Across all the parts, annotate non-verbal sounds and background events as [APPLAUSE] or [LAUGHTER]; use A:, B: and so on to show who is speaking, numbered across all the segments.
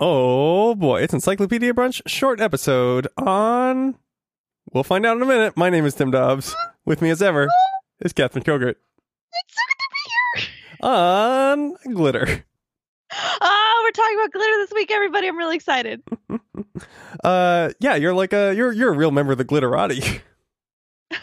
A: Oh boy, it's Encyclopedia Brunch short episode on. We'll find out in a minute. My name is Tim Dobbs. With me as ever is Catherine Kilgert
B: It's so good to be here.
A: on Glitter.
B: [LAUGHS] Oh, we're talking about glitter this week, everybody. I'm really excited. [LAUGHS]
A: Uh, yeah, you're like a you're you're a real member of the glitterati. [LAUGHS]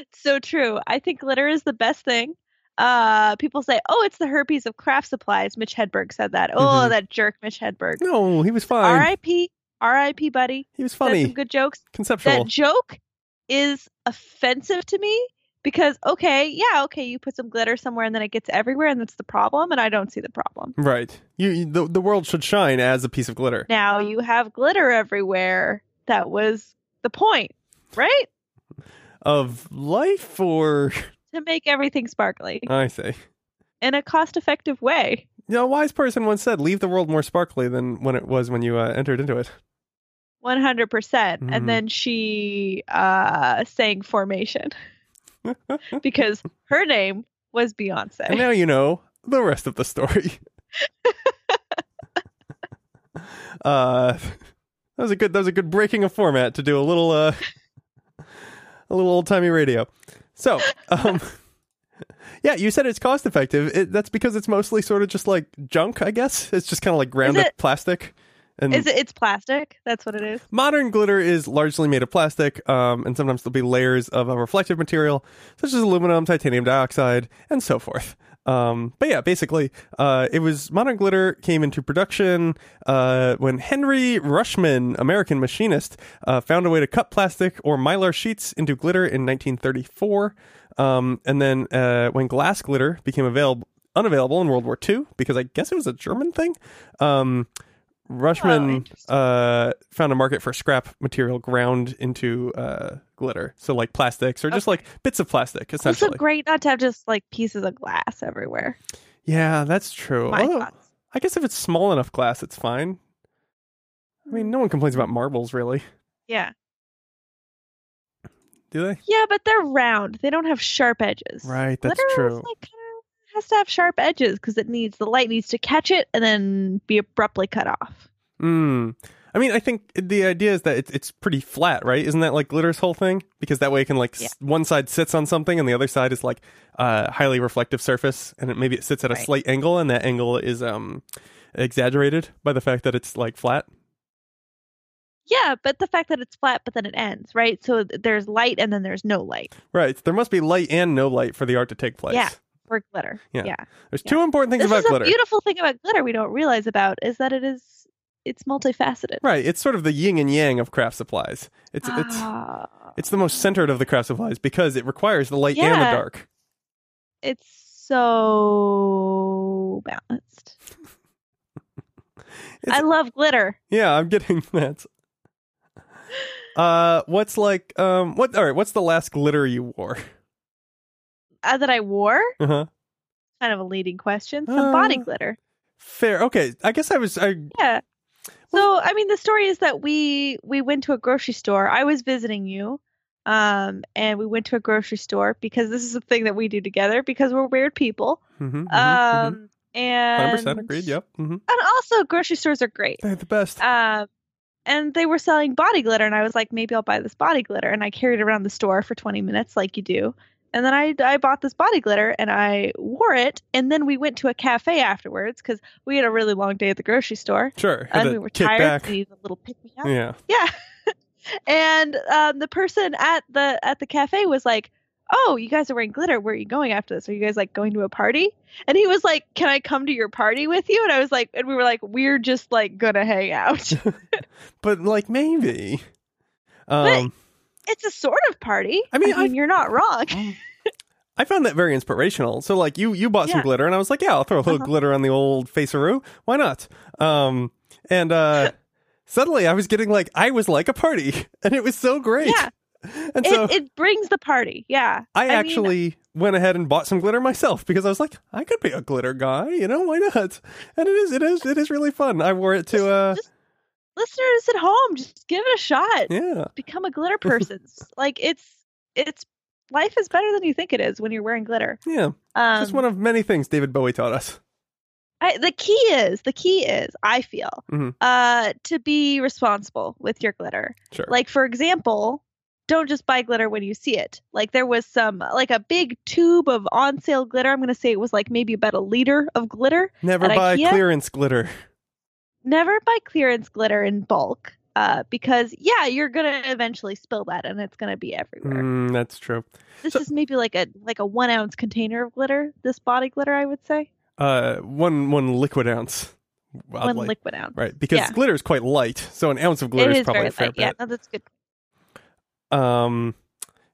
B: It's so true. I think glitter is the best thing. Uh, people say, "Oh, it's the herpes of craft supplies." Mitch Hedberg said that. Oh,
A: Mhm.
B: that jerk, Mitch Hedberg.
A: No, he was fine.
B: R.I.P. R.I.P. Buddy.
A: He was
B: Said
A: funny,
B: Some good jokes.
A: conceptual.
B: That joke is offensive to me because okay, yeah, okay, you put some glitter somewhere and then it gets everywhere, and that's the problem. And I don't see the problem.
A: right. You, you the the world should shine as a piece of glitter.
B: Now you have glitter everywhere. That was the point, right?
A: Of life
B: [LAUGHS]
A: or
B: To make everything sparkly.
A: I say.
B: in a cost effective way.
A: You know, a wise person once said, leave the world more sparkly than when it was when you uh, entered into it.
B: 100%. percent
A: Mhm.
B: And then she uh, sang Formation [LAUGHS] because her name was
A: And
B: Beyonce.
A: now you know the rest of the story. uh, that was a good. That was a good breaking of format to do a little, uh, a little old timey radio. So, um, [LAUGHS] yeah, you said it's cost effective. It, that's because it's mostly sort of just like junk, I guess. It's just kind of like ground up
B: it-
A: plastic. And
B: Is it, it's plastic? That's what it is.
A: modern glitter is largely made of plastic, um, and sometimes there'll be layers of a reflective material, such as aluminum, titanium dioxide, and so forth. Um, but yeah, basically, uh, it was modern glitter came into production uh, when Henry Rushman, American machinist, uh, found a way to cut plastic or mylar sheets into glitter in 1934. Um, and then uh, when glass glitter became available, unavailable in World War II, because I guess it was a German thing. Um, Rushman
B: interesting.
A: uh, found a market for scrap material ground into uh, glitter, so like plastics or just like bits of plastic,
B: It's so
A: essentially.
B: great not to have just like pieces of glass everywhere.
A: yeah, that's true.
B: My
A: Although,
B: thoughts.
A: I guess if it's small enough glass, it's fine. I mean, no one complains about marbles, really,
B: Yeah.
A: do they?
B: Yeah, but they're round. They don't have sharp edges.
A: Right, that's
B: Glitter is,
A: true.
B: like, kinda- has to have sharp edges because it needs the light needs to catch it and then be abruptly cut off.
A: Mm. I mean, I think the idea is that it's it's pretty flat, right? Isn't that like glitter's whole thing? Because that way it can like
B: Yeah.
A: s- one side sits on something and the other side is like uh, highly reflective surface, and it, maybe it sits at a
B: Right.
A: slight angle, and that angle is um exaggerated by the fact that it's like flat.
B: Yeah, but the fact that it's flat, but then it ends, right? So th- there's light and then there's no light
A: Right. There must be light and no light for the art to take place.
B: Yeah. for glitter.
A: Yeah.
B: Yeah.
A: There's
B: Yeah.
A: two important things
B: This
A: about
B: is
A: glitter.
B: a beautiful thing about glitter we don't realize about is that it is it's multifaceted.
A: right. It's sort of the yin and yang of craft supplies. It's it's
B: Ah.
A: it's the most centered of the craft supplies because it requires the light and the
B: Yeah.
A: dark.
B: It's so balanced.
A: [LAUGHS] It's-
B: I love glitter.
A: Yeah, I'm getting [LAUGHS] that. Uh, what's like um, what? All right, what's the last glitter you wore? [LAUGHS]
B: Uh, that I wore
A: Uh huh.
B: kind of a leading question. Some body
A: Uh.
B: glitter.
A: Fair. Okay, I guess I was. I mm-hmm,
B: Yeah. So I mean, the story is that we we went to a grocery store. I was visiting you, um, and we went to a grocery store because this is a thing that we do together because we're weird people.
A: mhm, mhm, mhm.
B: Um,
A: Hundred
B: and
A: percent agreed. Yep. hmm
B: And also, grocery stores are great.
A: They're the best.
B: Um, and they were selling body glitter, and I was like, maybe I'll buy this body glitter. And I carried it around the store for 20 minutes, like you do. And then I, I bought this body glitter and I wore it. And then we went to a cafe afterwards because we had a really long day at the grocery store.
A: sure. had
B: And
A: to
B: we were
A: kick
B: tired.
A: back.
B: We needed a little pick me up.
A: Yeah.
B: Yeah. and um, the person at the at the cafe was like, "Oh, you guys are wearing glitter. Where are you going after this? Are you guys like going to a party?" And he was like, "Can I come to your party with you?" And I was like, and we were like, "We're just like gonna
A: [LAUGHS]
B: hang out.
A: But like maybe.
B: But-
A: Um,
B: it's a sort of party.
A: I mean, Oh, I-
B: you're not wrong. [LAUGHS]
A: I found that very inspirational. So like you you bought some
B: Yeah.
A: glitter and I was like, yeah, I'll throw a little
B: Uh-huh.
A: glitter on the old faceroo. Why not? Um and
B: [LAUGHS]
A: uh suddenly I was getting like I was like a party [LAUGHS] and it was so great.
B: Yeah.
A: And
B: It
A: so
B: it brings the party. Yeah,
A: I,
B: mean-
A: actually went ahead and bought some glitter myself because I was like, I could be a glitter guy, you know, why not? And it is it is it is really fun. I wore it to uh
B: Just- listeners at home, just give it a shot.
A: yeah.
B: Become
A: [LAUGHS]
B: a glitter person. like it's it's life is better than you think it is when you're wearing glitter.
A: Yeah.
B: Um,
A: Just one of many things David Bowie taught us.
B: I, the key is the key is I feel
A: Mhm.
B: uh, to be responsible with your glitter.
A: Sure.
B: Like for example, don't just buy glitter when you see it. Like there was some uh, like a big tube of on sale glitter. I'm gonna say it was like maybe about a liter of glitter.
A: Never
B: at
A: buy
B: IKEA?
A: clearance glitter.
B: Never buy clearance glitter in bulk uh, because yeah, you're gonna eventually spill that and it's gonna be everywhere.
A: Mm, that's true.
B: This
A: so-
B: is maybe like a like a one ounce container of glitter. This body glitter, I would say,
A: Uh, one one liquid ounce. Oddly.
B: one liquid ounce.
A: right, because
B: yeah.
A: glitter is quite light, so an ounce of glitter
B: it
A: is
B: is
A: probably
B: very
A: a fair
B: light.
A: bit.
B: Yeah, no, that's good.
A: Um,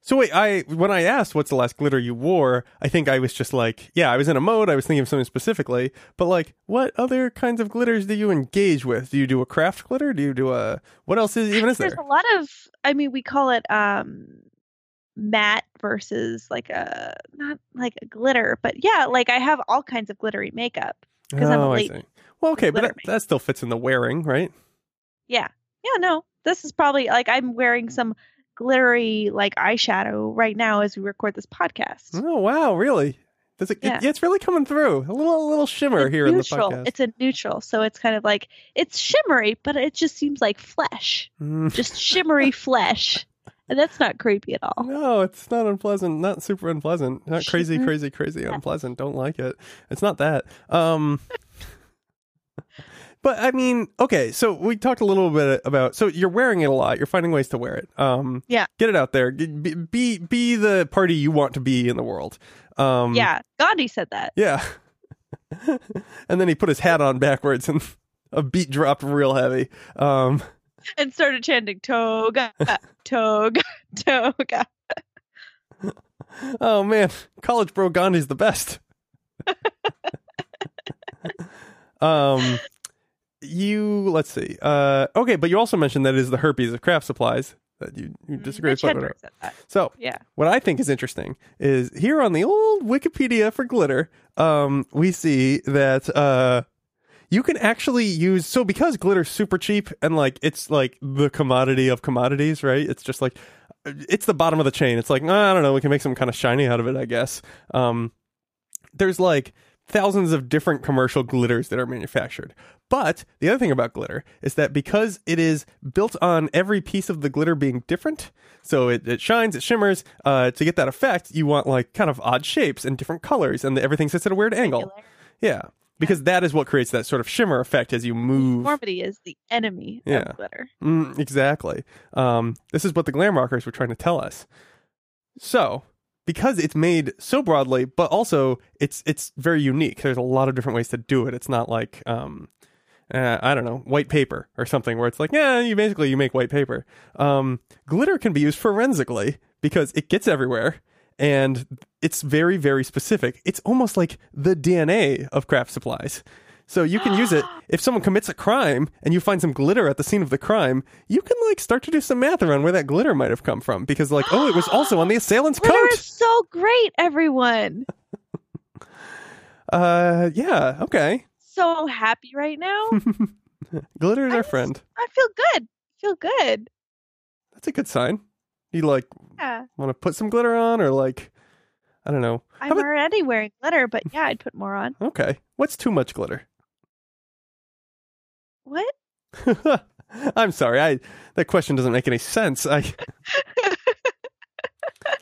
A: so wait, I when I asked what's the last glitter you wore, I think I was just like, yeah, I was in a mode. I was thinking of something specifically, but like, what other kinds of glitters do you engage with? Do you do a craft glitter? Do you do a what else is even is
B: There's
A: there?
B: a lot of, I mean, we call it um matte versus like a not like a glitter, but yeah, like I have all kinds of glittery makeup. [LAUGHS] 'cause I'm a
A: oh, I
B: late
A: see. Well, okay, but
B: glitter
A: that, that still fits in the wearing, right?
B: Yeah, no, this is probably like I'm wearing
A: Mm.
B: some glittery like eyeshadow right now as we record this podcast.
A: Oh wow, really? Does it, it-
B: Yeah.
A: yeah, it's really coming through. A little, a little shimmer
B: It's
A: here
B: neutral.
A: in the podcast.
B: It's a neutral, so it's kind of like it's shimmery, but it just seems like flesh,
A: Mm,
B: just shimmery flesh, and that's not creepy at all.
A: no, it's not unpleasant. Not super unpleasant. Not
B: [LAUGHS]
A: crazy,
B: Shimmer.
A: crazy, crazy unpleasant. Don't like it. It's not that. Um,
B: [LAUGHS]
A: but I mean, okay. So we talked a little bit about. So you're wearing it a lot. You're finding ways to wear it. Um,
B: Yeah.
A: Get it out there. G- Be be, be the party you want to be in the world. [LAUGHS] Um,
B: Yeah, Gandhi said that.
A: Yeah. [LAUGHS] and then he put his hat on backwards and [LAUGHS] a beat dropped real heavy. Um,
B: and started chanting
A: [LAUGHS]
B: toga toga toga
A: oh man, college bro Gandhi's the best. um you let's see. Uh okay, but you also mentioned that it is the herpes of craft supplies that you, you disagree with.
B: Mm-hmm.
A: but
B: Mitch
A: whatever.
B: Hedberg Mm, said that.
A: So
B: yeah
A: what I think is interesting is here on the old Wikipedia for glitter, um, we see that uh, you can actually use so because glitter's super cheap and like it's like the commodity of commodities, right? It's just like it's the bottom of the chain. It's like "Nah, I don't know, we can make some kind of shiny out of it, I guess. Um, there's like thousands of different commercial glitters that are manufactured. But the other thing about glitter is that because it is built on every piece of the glitter being different, so it, it shines, it shimmers, uh, to get that effect, you want like kind of odd shapes and different colors, and everything sits at a weird angle. Yeah. Because that is what creates that sort of shimmer effect as you move.
B: Conformity is the enemy
A: Yeah.
B: of glitter
A: Mm, exactly. Um, this is what the glam rockers were trying to tell us. So, because it's made so broadly, but also it's it's very unique. There's a lot of different ways to do it. It's not like um, uh, I don't know, white paper or something where it's like, yeah, you basically you make white paper. Um, glitter can be used forensically because it gets everywhere and it's very very specific. It's almost like the DNA of craft supplies. So you can use it if someone commits a crime and you find some glitter at the scene of the crime, you can like start to do some math around where that glitter might have come from because like, oh, it was also on the
B: [GASPS]
A: assailant's
B: glitter
A: coat.
B: is so great everyone
A: Uh yeah, okay.
B: so happy right now
A: [LAUGHS] glitter is
B: I
A: our
B: just-
A: friend.
B: i feel good feel good
A: That's a good sign. You like
B: yeah
A: want to put some glitter on or like i don't know
B: i'm
A: How about-
B: already wearing glitter but yeah i'd put more on
A: okay what's too much glitter [LAUGHS]
B: what
A: i'm sorry i that question doesn't make any sense i
B: [LAUGHS]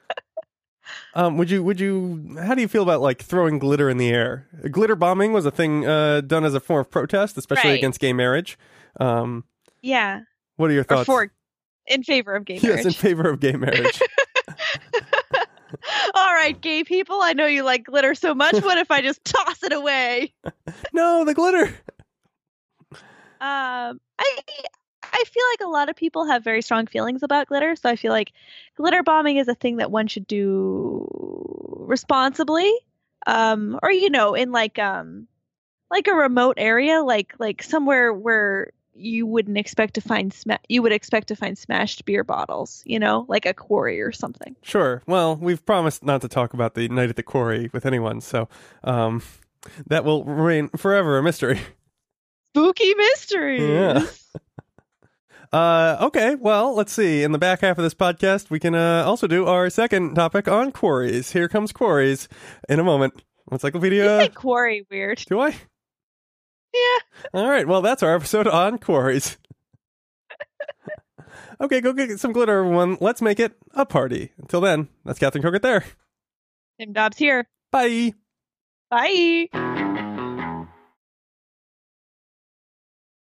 A: um would you would you how do you feel about like throwing glitter in the air glitter bombing was a thing uh done as a form of protest especially
B: Right.
A: against gay marriage um
B: yeah
A: what are your
B: or
A: thoughts
B: for in favor of gay
A: yes in
B: marriage
A: favor of gay
B: [LAUGHS]
A: marriage
B: all right gay people i know you like glitter
A: [LAUGHS]
B: so much what if i just toss it away
A: no the glitter
B: Um, I I feel like a lot of people have very strong feelings about glitter, so I feel like glitter bombing is a thing that one should do responsibly, um, or you know, in like um, like a remote area, like like somewhere where you wouldn't expect to find sma- you would expect to find smashed beer bottles, you know, like a quarry or something.
A: Sure. Well, we've promised not to talk about the night at the quarry with anyone, so um, that will remain forever a mystery.
B: Spooky mysteries.
A: Yeah. Uh, okay. Well, let's see. In the back half of this podcast, we can uh, also do our second topic on quarries. Here comes quarries in a moment.
B: You
A: Encyclopedia.
B: say quarry weird.
A: Do I? All right. Well, that's our episode on
B: [LAUGHS]
A: quarries. okay, go get some glitter, everyone. Let's make it a party. Until then, that's Catherine Crooked there.
B: Tim Dobbs here.
A: Bye.
B: Bye.